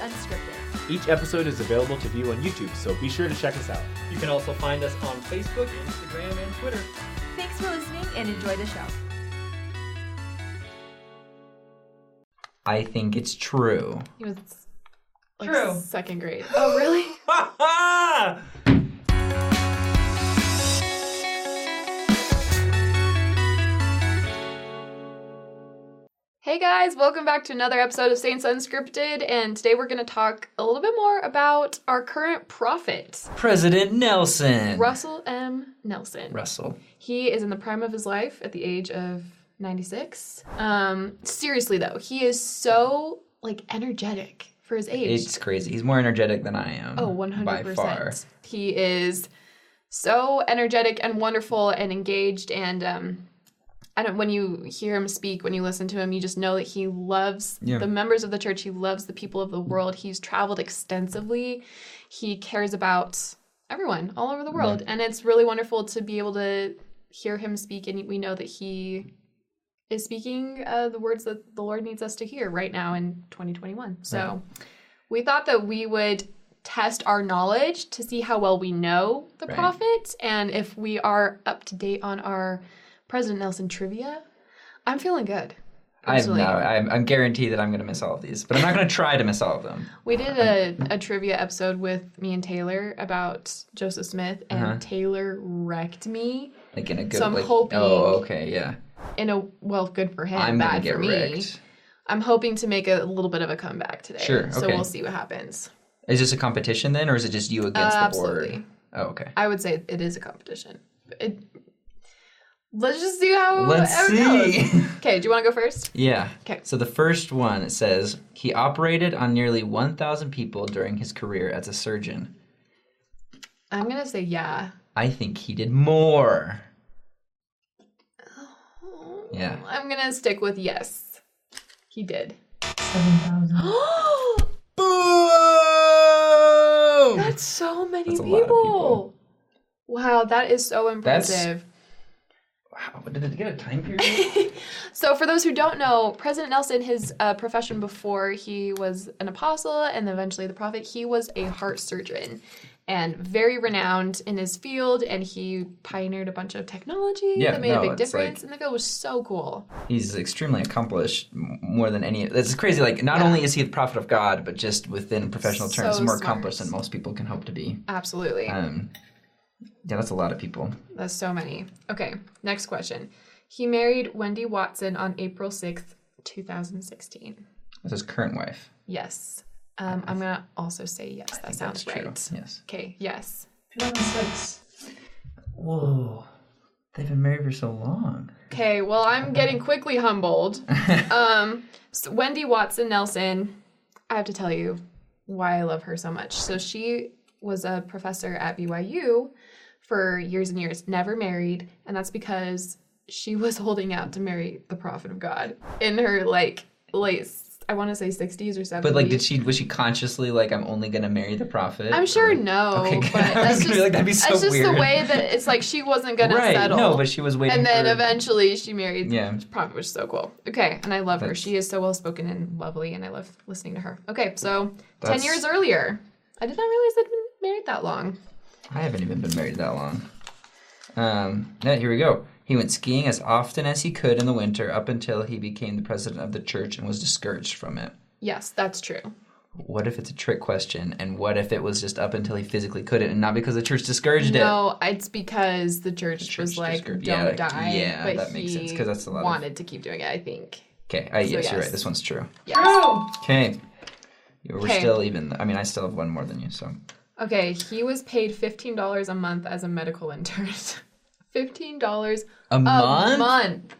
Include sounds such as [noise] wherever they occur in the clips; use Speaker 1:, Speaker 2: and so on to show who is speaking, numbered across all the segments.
Speaker 1: Unscripted.
Speaker 2: Each episode is available to view on YouTube, so be sure to check us out.
Speaker 3: You can also find us on Facebook, Instagram, and Twitter.
Speaker 1: Thanks for listening and enjoy the show.
Speaker 4: I think it's true.
Speaker 5: He was like
Speaker 3: True.
Speaker 5: second grade.
Speaker 3: Oh, really?
Speaker 5: Hey guys, welcome back to another episode of Saints Unscripted, and today we're going to talk a little bit more about our current prophet,
Speaker 4: President Nelson.
Speaker 5: Russell M. Nelson.
Speaker 4: Russell.
Speaker 5: He is in the prime of his life at the age of 96. Um, seriously though, he is so like energetic for his age.
Speaker 4: It's crazy. He's more energetic than I am.
Speaker 5: Oh, 100%.
Speaker 4: By far.
Speaker 5: He is so energetic and wonderful and engaged and um I don't when you hear him speak, when you listen to him, you just know that he loves
Speaker 4: Yeah.
Speaker 5: the members of the church, he loves the people of the world. He's traveled extensively. He cares about everyone all over the world, and it's really wonderful to be able to hear him speak and we know that he is speaking uh, the words that the Lord needs us to hear right now in 2021. So we thought that we would test our knowledge to see how well we know the
Speaker 4: Right.
Speaker 5: prophet and if we are up to date on our President Nelson trivia. I'm feeling good.
Speaker 4: I have no,
Speaker 5: Absolutely.
Speaker 4: I'm, I'm guaranteed that I'm going to miss all of these, but I'm not going to try to miss all of them.
Speaker 5: We did a, a trivia episode with me and Taylor about Joseph Smith, and
Speaker 4: Uh-huh.
Speaker 5: Taylor wrecked me
Speaker 4: Like in a good
Speaker 5: So I'm
Speaker 4: like,
Speaker 5: hoping-
Speaker 4: Oh, okay, yeah.
Speaker 5: in a well, good for him,
Speaker 4: I'm going to
Speaker 5: bad
Speaker 4: get
Speaker 5: for me.
Speaker 4: wrecked.
Speaker 5: I'm hoping to make a little bit of a comeback today.
Speaker 4: Sure,
Speaker 5: So
Speaker 4: okay.
Speaker 5: we'll see what happens.
Speaker 4: Is this a competition then, or is it just you against
Speaker 5: Uh,
Speaker 4: the board?
Speaker 5: absolutely.
Speaker 4: Oh, okay.
Speaker 5: I would say it is a competition. It, let's just see how
Speaker 4: Let's
Speaker 5: how it
Speaker 4: see.
Speaker 5: goes. [laughs] Okay, do you want to go first?
Speaker 4: yeah.
Speaker 5: 'Kay.
Speaker 4: So the first one it says he operated on nearly 1,000 people during his career as a surgeon.
Speaker 5: I'm gonna say yeah.
Speaker 4: I think he did more. Yeah.
Speaker 5: I'm gonna stick with yes. He did. [gasps]
Speaker 4: Boom!
Speaker 5: That's so many
Speaker 4: That's a
Speaker 5: people.
Speaker 4: lot of people.
Speaker 5: Wow, that is so
Speaker 4: That's-
Speaker 5: impressive.
Speaker 4: Wow, did it get a time period?
Speaker 5: So, for those who don't know, President Nelson, his uh, profession before he was an apostle and eventually the prophet, he was a heart surgeon and very renowned in his field. And he pioneered a bunch of technology
Speaker 4: Yeah,
Speaker 5: that made
Speaker 4: no,
Speaker 5: a big
Speaker 4: it's
Speaker 5: difference.
Speaker 4: like-
Speaker 5: and the field was so cool.
Speaker 4: He's extremely accomplished, m- more than any. It's crazy. Like, not only is he the prophet of God, but just within professional terms,
Speaker 5: So
Speaker 4: more
Speaker 5: smart.
Speaker 4: accomplished than most people can hope to be.
Speaker 5: Absolutely.
Speaker 4: Um, yeah, that's a lot of people.
Speaker 5: That's so many. Okay, next question. He married Wendy Watson on April 6th, 2016.
Speaker 4: That's his current wife.
Speaker 5: Yes. Um, I'm going to also say yes. That sounds
Speaker 4: That's true.
Speaker 5: right.
Speaker 4: Yes.
Speaker 5: Okay, yes.
Speaker 4: 2006. Whoa. They've been married for so long.
Speaker 5: Okay, well, I'm getting quickly humbled.
Speaker 4: [laughs]
Speaker 5: um, so Wendy Watson Nelson, I have to tell you why I love her so much. So she was a professor at BYU for years and years, never married, and that's because she was [laughs] holding out to marry the prophet of God in her like late, I want to say 60s or 70s.
Speaker 4: But like, did she was she consciously like, I'm only gonna marry the prophet?
Speaker 5: I'm sure
Speaker 4: Or-
Speaker 5: no,
Speaker 4: Okay, good. [laughs]
Speaker 5: but
Speaker 4: I was
Speaker 5: that's
Speaker 4: gonna be
Speaker 5: just,
Speaker 4: like, that'd be so
Speaker 5: that's just
Speaker 4: weird.
Speaker 5: the way that it's like she wasn't gonna
Speaker 4: right?
Speaker 5: settle.
Speaker 4: No, but she was waiting.
Speaker 5: and then
Speaker 4: for-
Speaker 5: eventually she married
Speaker 4: Yeah.
Speaker 5: yeah prophet which is so cool okay and i love her
Speaker 4: That's-
Speaker 5: she is so well spoken and lovely and i love listening to her okay so 10
Speaker 4: That's-
Speaker 5: years earlier i did not realize they'd been married that long
Speaker 4: I haven't even been married that long. Um, yeah, here we go. He went skiing as often as he could in the winter up until he became the president of the church and was discouraged from it.
Speaker 5: yes that's true
Speaker 4: What if it's a trick question? And what if it was just up until he physically couldn't and not because the church discouraged it?
Speaker 5: no it's because the church,
Speaker 4: The church
Speaker 5: was like don't
Speaker 4: discouraged- yeah, like,
Speaker 5: die
Speaker 4: yeah,
Speaker 5: but
Speaker 4: that makes
Speaker 5: he
Speaker 4: sense, 'cause that's a lot of-
Speaker 5: wanted to keep doing it i think
Speaker 4: Okay, I, yes,
Speaker 5: So
Speaker 4: you're
Speaker 5: yes.
Speaker 4: right. This one's true.
Speaker 5: yes.
Speaker 4: Okay. We're
Speaker 5: Okay.
Speaker 4: still even. I mean, I still have one more than you, so.
Speaker 5: okay he was paid $15 a month as a medical intern [laughs] $15
Speaker 4: A,
Speaker 5: a
Speaker 4: month?
Speaker 5: month.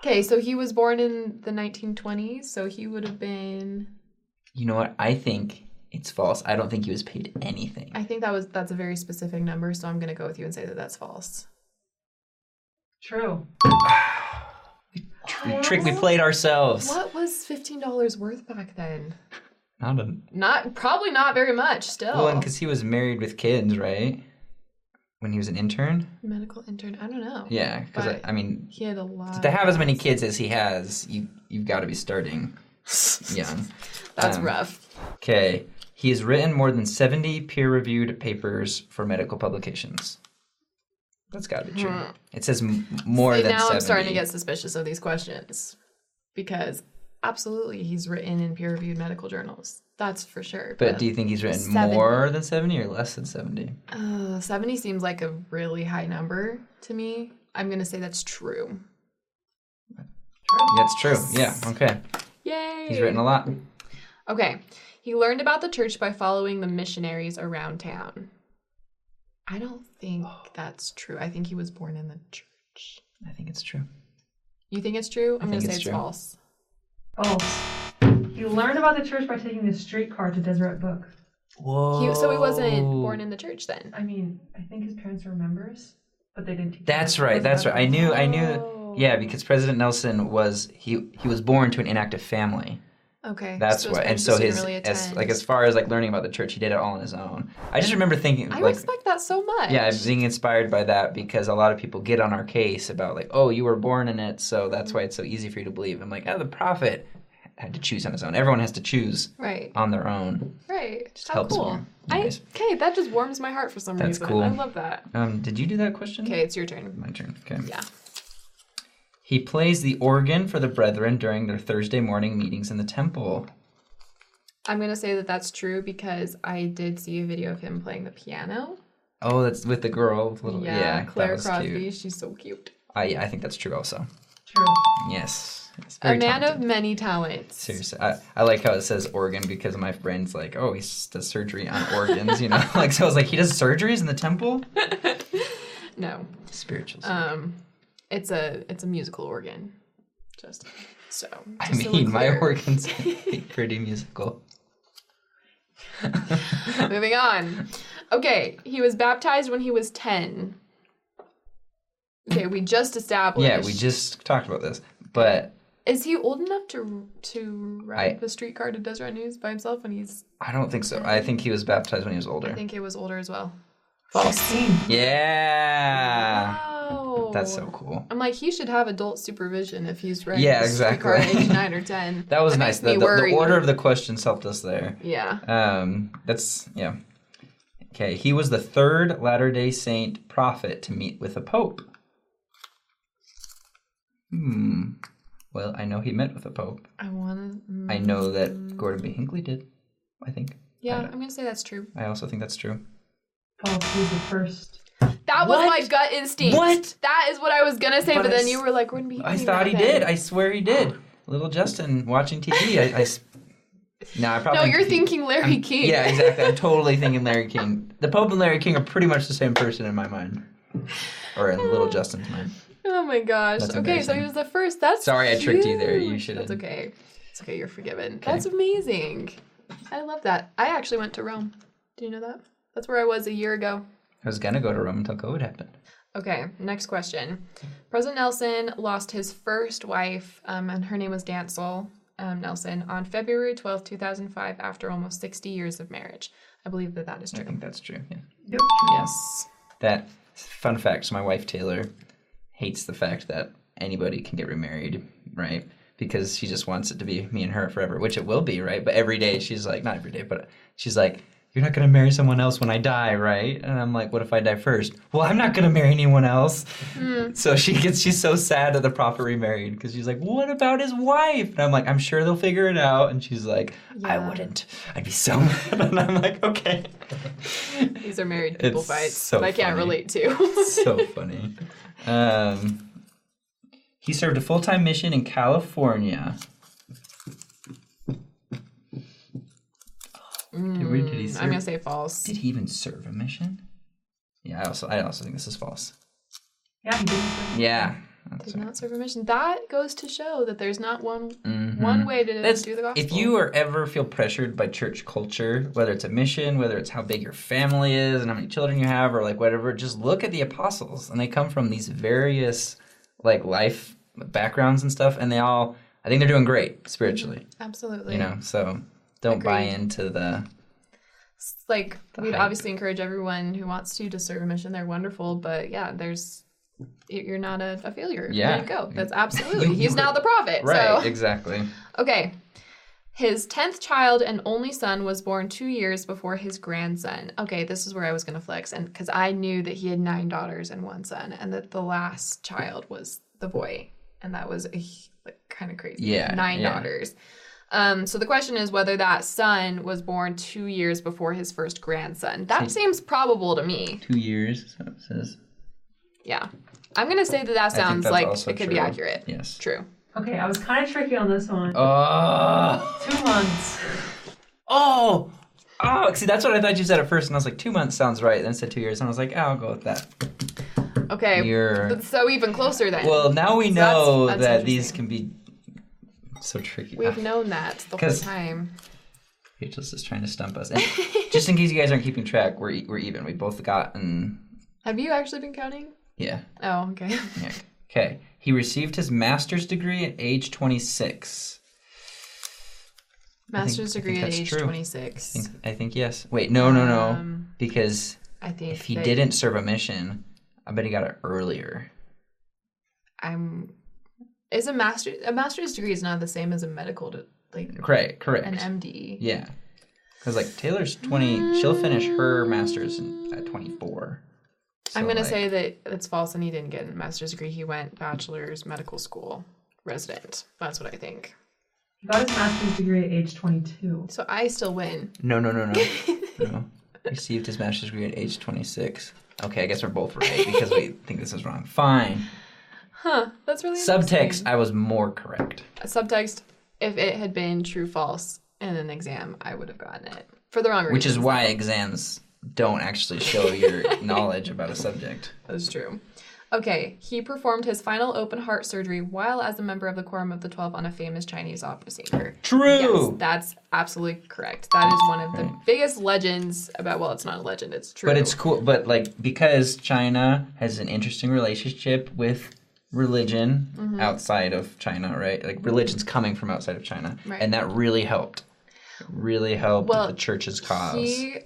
Speaker 5: Okay, so he was born in the 1920s, so he would have been.
Speaker 4: You know what? I think it's false. I don't think he was paid anything.
Speaker 5: I think that was that's a very specific number, so I'm gonna go with you and say that that's false.
Speaker 3: True.
Speaker 4: We trick, we played ourselves.
Speaker 5: What was fifteen dollars worth back then?
Speaker 4: Not a
Speaker 5: Not probably not very much still.
Speaker 4: Well, because he was married with kids, right? When he was an intern?
Speaker 5: Medical intern, I don't know.
Speaker 4: Yeah, because I,
Speaker 5: Right. Oh,
Speaker 4: I mean,
Speaker 5: He had a lot. [laughs]
Speaker 4: to have as many kids as he has, you you've got to be starting young.
Speaker 5: That's
Speaker 4: Um,
Speaker 5: rough.
Speaker 4: Okay. He has written more than 70 peer reviewed papers for medical publications. That's got to be true. It says m- more
Speaker 5: Hmm. See,
Speaker 4: than
Speaker 5: now
Speaker 4: 70.
Speaker 5: I'm starting to get suspicious of these questions because absolutely he's written in peer reviewed medical journals. That's for sure.
Speaker 4: But do you think he's written
Speaker 1: 70.
Speaker 4: more than 70 or less than 70?
Speaker 5: uh, 70 seems like a really high number to me. I'm going to say that's true.
Speaker 4: That's true. Yeah. Okay.
Speaker 5: Yay.
Speaker 4: He's written a lot.
Speaker 5: Okay. He learned about the church by following the missionaries around town. I don't think that's true. I think he was born in the church.
Speaker 4: I think it's true.
Speaker 5: You think it's true? I'm going
Speaker 4: think
Speaker 5: to say
Speaker 4: it's
Speaker 5: it's
Speaker 4: true.
Speaker 5: false.
Speaker 6: Oh. You learned about the church by taking the streetcar to Deseret Book.
Speaker 4: Whoa.
Speaker 5: He, so he wasn't
Speaker 4: Oh.
Speaker 5: born in the church then.
Speaker 6: I mean, I think his parents were members, but they didn't teach
Speaker 4: That's
Speaker 6: him.
Speaker 4: right. That's right. I knew. I knew.
Speaker 5: Oh.
Speaker 4: Yeah, because President Nelson was he he was born to an inactive family.
Speaker 5: Okay.
Speaker 4: That's
Speaker 5: so
Speaker 4: why. And
Speaker 5: parents
Speaker 4: so
Speaker 5: just didn't
Speaker 4: his
Speaker 5: really
Speaker 4: as
Speaker 5: attend.
Speaker 4: like as far as like learning about the church, he did it all on his own. I just remember thinking
Speaker 5: I
Speaker 4: like
Speaker 5: respect that so much.
Speaker 4: yeah, I'm being inspired by that because a lot of people get on our case about like oh you were born in it, so that's
Speaker 5: Mm-hmm.
Speaker 4: why it's so easy for you to believe. I'm like oh the prophet had to choose on his own. Everyone has to choose
Speaker 5: Right.
Speaker 4: on their own.
Speaker 5: Right.
Speaker 4: Just
Speaker 5: How
Speaker 4: helps
Speaker 5: cool.
Speaker 4: more.
Speaker 5: I,
Speaker 4: Anyways.
Speaker 5: okay, that just warms my heart for some
Speaker 4: That's
Speaker 5: reason.
Speaker 4: cool.
Speaker 5: I love that.
Speaker 4: Um, did you do that question?
Speaker 5: Okay, it's your turn.
Speaker 4: My turn. Okay.
Speaker 5: Yeah.
Speaker 4: He plays the organ for the brethren during their Thursday morning meetings in the temple.
Speaker 5: I'm going to say that that's true because I did see a video of him playing the piano.
Speaker 4: Oh, that's with the girl. with Little,
Speaker 5: yeah,
Speaker 4: Oh, yeah, that
Speaker 5: Claire
Speaker 4: was
Speaker 5: Crosby.
Speaker 4: cute.
Speaker 5: She's so cute.
Speaker 4: I, yeah, I think that's true also.
Speaker 6: True.
Speaker 4: Yes. It's
Speaker 5: a
Speaker 4: very
Speaker 5: man
Speaker 4: talented.
Speaker 5: of many talents.
Speaker 4: Seriously, I, I like how it says organ because my friend's like, oh, he s- does surgery on organs, you know? [laughs] like, so I was like, he does surgeries in the temple?
Speaker 5: No,
Speaker 4: Spirituals.
Speaker 5: um, it's a it's a musical organ. Just so.
Speaker 4: I
Speaker 5: just so
Speaker 4: mean,
Speaker 5: we're
Speaker 4: my
Speaker 5: clear. [laughs]
Speaker 4: organs are pretty musical.
Speaker 5: Moving on. Okay, he was baptized when he was ten. Okay, we just established.
Speaker 4: Yeah, we just talked about this, but
Speaker 5: Is he old enough to to ride
Speaker 4: I-
Speaker 5: the streetcar to Deseret News by himself when he's?
Speaker 4: I don't think so. I think he was baptized when he was older.
Speaker 5: I think it was older as well.
Speaker 4: yeah.
Speaker 5: Wow.
Speaker 4: That's so cool.
Speaker 5: I'm like, he should have adult supervision if he's riding
Speaker 4: Yeah,
Speaker 5: the streetcar
Speaker 4: exactly. [laughs]
Speaker 5: at age nine or ten.
Speaker 4: That was nice.
Speaker 5: makes
Speaker 4: The,
Speaker 5: me
Speaker 4: the, the
Speaker 5: worried.
Speaker 4: order of the questions helped us there.
Speaker 5: Yeah.
Speaker 4: Um, that's yeah. Okay, he was the third Latter Day Saint prophet to meet with a pope. Hmm. Well, I know he met with a pope.
Speaker 5: I mm, want to.
Speaker 4: I know that Gordon B. Hinckley did. I think.
Speaker 5: Yeah,
Speaker 4: don't-
Speaker 5: I'm gonna say that's true.
Speaker 4: I also think that's true.
Speaker 6: Paul, he's the first.
Speaker 5: That was my gut instinct.
Speaker 4: What?
Speaker 5: That is what I was gonna say, but,
Speaker 4: But I
Speaker 5: then
Speaker 4: s-
Speaker 5: you were like, "Wouldn't be."
Speaker 4: I thought he did. I swear he did. Little Justin watching TV. I. I s- no, I probably.
Speaker 5: no, you're thinking Larry King.
Speaker 4: Yeah, exactly. I'm totally thinking Larry King. The Pope and Larry King are pretty much the same person in my mind, or in Little Justin's mind.
Speaker 5: [laughs] oh my gosh.
Speaker 4: That's
Speaker 5: okay, so he
Speaker 4: embarrassing.
Speaker 5: was the first. That's
Speaker 4: Sorry, I tricked you there. You
Speaker 5: huge.
Speaker 4: should've-
Speaker 5: That's okay. It's okay. You're forgiven. That's amazing. I love that. I actually went to Rome. Do you know that? That's where I was a year ago.
Speaker 4: I was gonna go to Rome until COVID happened.
Speaker 5: Okay, next question. President Nelson lost his first wife, um, and her name was Dancel um, Nelson, on February twelfth, two 2005, after almost 60 years of marriage. I believe that that is
Speaker 4: I
Speaker 5: true.
Speaker 4: think that's true. Yeah.
Speaker 6: Yep.
Speaker 4: Yes. That fun fact. So my wife Taylor hates the fact that anybody can get remarried, right? Because she just wants it to be me and her forever, which it will be, right? But every day she's like, not every day, but she's like, you're not gonna marry someone else when I die, right? And I'm like, what if I die first? Well, I'm not gonna marry anyone else. So she gets, she's so sad that the prophet remarried because she's like, what about his wife? And I'm like, I'm sure they'll figure it out. And she's like, I
Speaker 5: Yeah.
Speaker 4: wouldn't. I'd be so [laughs] mad. And I'm like, okay.
Speaker 5: These are married people
Speaker 4: It's
Speaker 5: fights
Speaker 4: so
Speaker 5: that I can't
Speaker 4: funny. [laughs]
Speaker 5: relate to.
Speaker 4: so funny. Um, he served a full time mission in California. Did- where did he
Speaker 5: Mm, I'm
Speaker 4: serve?
Speaker 5: gonna say false.
Speaker 4: Did he even serve a mission? Yeah, I also I also think this is false.
Speaker 6: Yeah, he didn't.
Speaker 4: Yeah.
Speaker 5: Did not serve permission. That goes to show that there's not one
Speaker 4: Mhm.
Speaker 5: one way to
Speaker 4: That's-
Speaker 5: do the gospel.
Speaker 4: If you are ever feel pressured by church culture, whether it's a mission, whether it's how big your family is and how many children you have, or like whatever, just look at the apostles, and they come from these various like life backgrounds and stuff, and they all I think they're doing great spiritually.
Speaker 5: absolutely,
Speaker 4: You know, so don't buy
Speaker 5: Agreed.
Speaker 4: into the
Speaker 5: It's like
Speaker 4: The
Speaker 5: we'd
Speaker 4: hype.
Speaker 5: obviously encourage everyone who wants to to serve a mission. They're wonderful, but yeah, there's you- you're not a, a failure.
Speaker 4: Yeah. [laughs]
Speaker 5: there you go. That's
Speaker 4: You-
Speaker 5: absolutely.
Speaker 4: you
Speaker 5: He's
Speaker 4: were-
Speaker 5: [laughs] now the prophet.
Speaker 4: right
Speaker 5: So
Speaker 4: exactly.
Speaker 5: okay. His 10th child and only son was born two years before his grandson. Okay, this is where I was going to flex. And because I knew that he had nine daughters and one son, and that the last child was the boy. And that was a, h- like kind of crazy.
Speaker 4: Yeah,
Speaker 5: Nine
Speaker 4: yeah.
Speaker 5: daughters. Um, so the question is whether that son was born two years before his first grandson.
Speaker 4: Hmm.
Speaker 5: That seems probable to me.
Speaker 4: Two years, is what it says.
Speaker 5: Yeah. I'm going to say that that
Speaker 4: I think
Speaker 5: sounds
Speaker 4: that's
Speaker 5: like
Speaker 4: also
Speaker 5: it could be
Speaker 4: true.
Speaker 5: accurate.
Speaker 4: Yes.
Speaker 5: True.
Speaker 6: Okay, I was kind of tricky on this one.
Speaker 4: Oh,
Speaker 6: Two months.
Speaker 4: oh, oh! See, that's what I thought you said at first, and I was like, two months sounds right. Then it said two years, and I was like, oh, I'll go with that.
Speaker 5: Okay.
Speaker 4: You're
Speaker 5: But So even closer then.
Speaker 4: well. Now we
Speaker 5: So that's-
Speaker 4: know
Speaker 5: that's
Speaker 4: that these can be so tricky.
Speaker 5: We've known that the whole
Speaker 4: 'Cause-
Speaker 5: time.
Speaker 4: Rachel's just trying to stump
Speaker 5: [laughs]
Speaker 4: us. And just in case you guys aren't keeping track, we're e- we're even. We both gotten
Speaker 5: Have you actually been counting?
Speaker 4: yeah.
Speaker 5: Oh, [laughs] okay.
Speaker 4: yeah. Okay. He received his master's degree at age 26.
Speaker 5: Master's
Speaker 4: I think
Speaker 5: degree at
Speaker 4: that's
Speaker 5: age
Speaker 4: true.
Speaker 5: 26.
Speaker 4: I think, I think yes. Wait, no, no, no.
Speaker 5: Um,
Speaker 4: because
Speaker 5: I think
Speaker 4: if he
Speaker 5: that
Speaker 4: didn't serve a mission, I bet he got it earlier.
Speaker 5: I'm is a master a master's degree is not the same as a medical de- like
Speaker 4: Correct. Correct.
Speaker 5: an MD.
Speaker 4: Yeah. Because like Taylor's 20, she'll finish her master's in, at 24. So,
Speaker 5: I'm gonna
Speaker 4: like,
Speaker 5: say that it's false and he didn't get a master's degree. He went bachelor's medical school resident. That's what I think.
Speaker 6: He got his master's degree at age 22.
Speaker 5: So I still win.
Speaker 4: No, no, no,
Speaker 5: [laughs]
Speaker 4: no. no. Received his master's degree at age 26. Okay, I guess we're both right because [laughs] we think this is wrong. Fine.
Speaker 5: Huh. That's really
Speaker 4: Subtext,
Speaker 5: interesting.
Speaker 4: I was more correct.
Speaker 5: subtext. If it had been true false in an exam, I would have gotten it for the wrong reason.
Speaker 4: Which is why exams don't actually show [laughs] your knowledge about a subject.
Speaker 5: That's true. Okay, he performed his final open heart surgery while as a member of the Quorum of the Twelve on a famous Chinese opera singer. Yes,
Speaker 4: True.
Speaker 5: that's absolutely correct. That is one of the biggest legends about. Well, it's not a legend; it's true.
Speaker 4: But it's cool. But like because China has an interesting relationship with religion
Speaker 5: Mm-hmm.
Speaker 4: outside of China, right? Like religion's coming from outside of China,
Speaker 5: Right.
Speaker 4: and that really helped. Really helped
Speaker 5: Well,
Speaker 4: the church's cause.
Speaker 5: He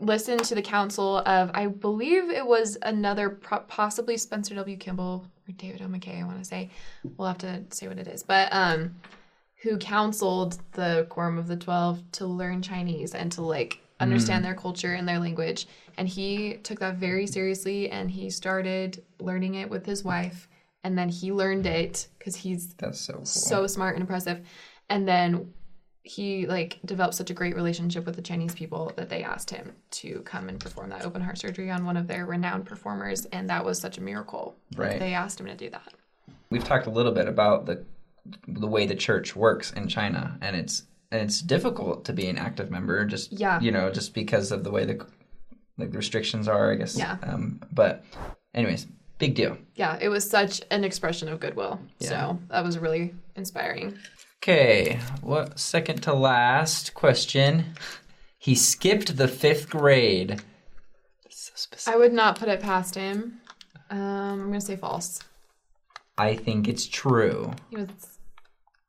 Speaker 5: listened to the counsel of, I believe it was another, pro- possibly Spencer W. Kimball or David O. McKay, I want to say. We'll have to say what it is. But um, who counseled the Quorum of the Twelve to learn Chinese and to like understand their culture and their language. And he took that very seriously and he started learning it with his wife. And then he learned it because he's
Speaker 4: That's so cool.
Speaker 5: so smart and impressive. And then he like developed such a great relationship with the Chinese people that they asked him to come and perform that open heart surgery on one of their renowned performers, and that was such a miracle. that
Speaker 4: Right.
Speaker 5: They asked him to do that.
Speaker 4: We've talked a little bit about the the way the church works in China, and it's and it's difficult to be an active member. Just
Speaker 5: Yeah.
Speaker 4: you know, just because of the way the like the restrictions are, I guess.
Speaker 5: Yeah.
Speaker 4: Um, but, anyways, big deal.
Speaker 5: Yeah, it was such an expression of goodwill.
Speaker 4: Yeah.
Speaker 5: So that was really inspiring.
Speaker 4: Okay, what second to last question? He skipped the fifth grade. So specific.
Speaker 5: I would not put it past him. Um, I'm gonna say false.
Speaker 4: I think it's true.
Speaker 5: He was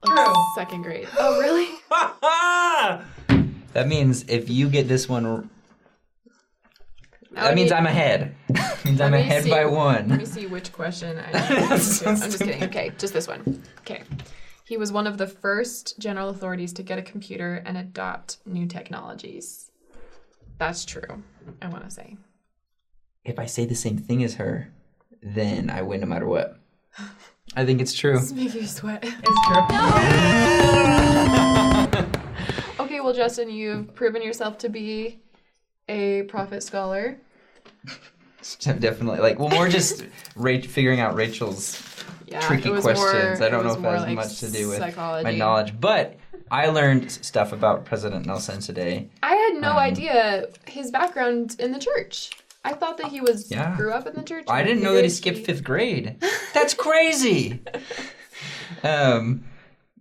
Speaker 5: like
Speaker 6: True.
Speaker 5: second grade. Oh really?
Speaker 4: that means if you get this one, r- that means I'm ahead. [laughs] means I'm
Speaker 5: me
Speaker 4: ahead
Speaker 5: see.
Speaker 4: by
Speaker 5: Let
Speaker 4: one.
Speaker 5: me see which
Speaker 4: [laughs]
Speaker 5: question I need to
Speaker 4: That's
Speaker 5: answer.
Speaker 4: so
Speaker 5: I'm just kidding. Okay, just this one. Okay. He was one of the first general authorities to get a computer and adopt new technologies. That's true, I want to say.
Speaker 4: If I say the same thing as her, then I win no matter what. I think it's
Speaker 5: [laughs]
Speaker 4: true.
Speaker 5: It's making you sweat.
Speaker 6: It's true.
Speaker 5: Okay, well, Justin, you've proven yourself to be a prophet scholar.
Speaker 4: Definitely. Like, well, more
Speaker 5: [laughs]
Speaker 4: just ra- figuring out Rachel's
Speaker 5: Yeah,
Speaker 4: tricky
Speaker 5: it was
Speaker 4: questions.
Speaker 5: more-
Speaker 4: I don't
Speaker 5: it
Speaker 4: know if that
Speaker 5: more
Speaker 4: has
Speaker 5: like
Speaker 4: much to do with
Speaker 5: psychology.
Speaker 4: my knowledge, but I learned s- stuff about President Nelson today.
Speaker 5: I had no
Speaker 4: Um,
Speaker 5: idea his background in the church. I thought that he was
Speaker 4: Yeah.
Speaker 5: grew up in the church.
Speaker 4: I
Speaker 5: and
Speaker 4: didn't know that he
Speaker 5: figured
Speaker 4: skipped fifth grade. That's
Speaker 5: [laughs]
Speaker 4: crazy. um,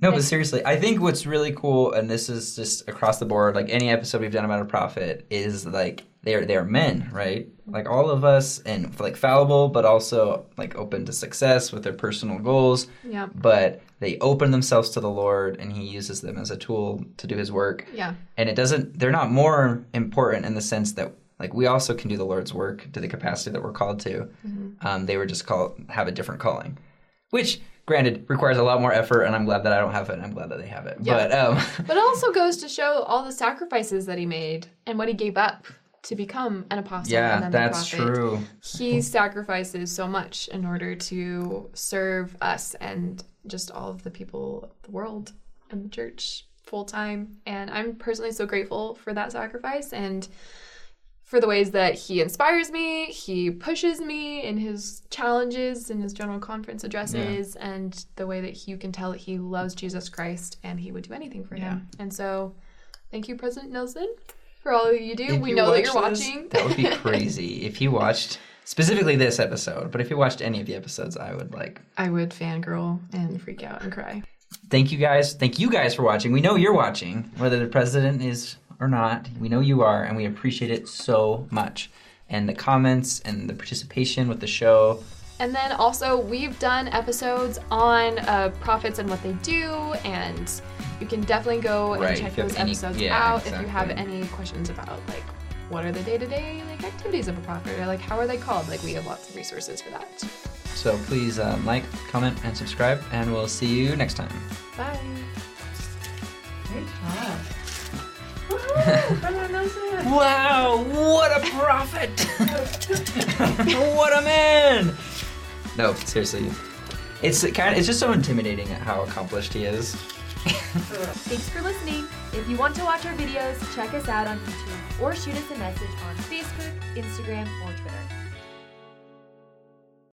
Speaker 4: no, but seriously, I think what's really cool, and this is just across the board, like any episode we've done about a prophet, is like they're they're men, right? Like all of us, and like fallible, but also like open to success with their personal goals.
Speaker 5: Yeah,
Speaker 4: but they open themselves to the Lord and he uses them as a tool to do his work.
Speaker 5: yeah.
Speaker 4: And it doesn't they're not more important in the sense that like we also can do the Lord's
Speaker 5: Mm-hmm.
Speaker 4: work to the capacity that we're called to. Um, they were just called have a different calling. Which Granted, requires a lot more effort, and I'm glad that I don't have it. and I'm glad that they have it.
Speaker 5: Yeah.
Speaker 4: But um,
Speaker 5: But it also goes to show all the sacrifices that he made and what he gave up to become an apostle.
Speaker 4: yeah,
Speaker 5: and then
Speaker 4: that's
Speaker 5: the prophet.
Speaker 4: true.
Speaker 5: He sacrifices so much in order to serve us and just all of the people of the world and the church full time. And I'm personally so grateful for that sacrifice and for the ways that he inspires me, he pushes me in his challenges, in his general conference addresses, and the way that you can tell that he loves Jesus Christ and he would do anything for him. And so, thank you, President Nelson, for all that you do.
Speaker 4: If
Speaker 5: [laughs] we
Speaker 4: you
Speaker 5: know that
Speaker 4: watch
Speaker 5: you're
Speaker 4: this,
Speaker 5: watching.
Speaker 4: that
Speaker 5: [laughs]
Speaker 4: would be crazy if you watched specifically this episode. But if you watched any of the episodes, I would like
Speaker 5: I would fangirl and freak out and cry.
Speaker 4: thank you guys. Thank you guys for watching. We know you're watching, whether the president is or not. We know you are, and we appreciate it so much. And the comments and the participation with the show.
Speaker 5: And then also, we've done episodes on uh, prophets and what they do, and you can definitely go and
Speaker 4: Right,
Speaker 5: check
Speaker 4: if you have
Speaker 5: those
Speaker 4: any-
Speaker 5: episodes
Speaker 4: yeah,
Speaker 5: out if you have
Speaker 4: exactly.
Speaker 5: any questions about like what are the day-to-day like activities of a prophet or like how are they called. Like we have lots of resources for that.
Speaker 4: So please um, like, comment, and subscribe, and we'll see you next time.
Speaker 5: Bye.
Speaker 6: Great job.
Speaker 4: [laughs]
Speaker 6: Woohoo! President Nelson!
Speaker 4: Wow, what a prophet! [laughs] what a man! No, seriously. It's kind of, it's just so intimidating at how accomplished he is.
Speaker 1: Thanks for listening. If you want to watch our videos, check us out on YouTube or shoot us a message on Facebook, Instagram, or Twitter.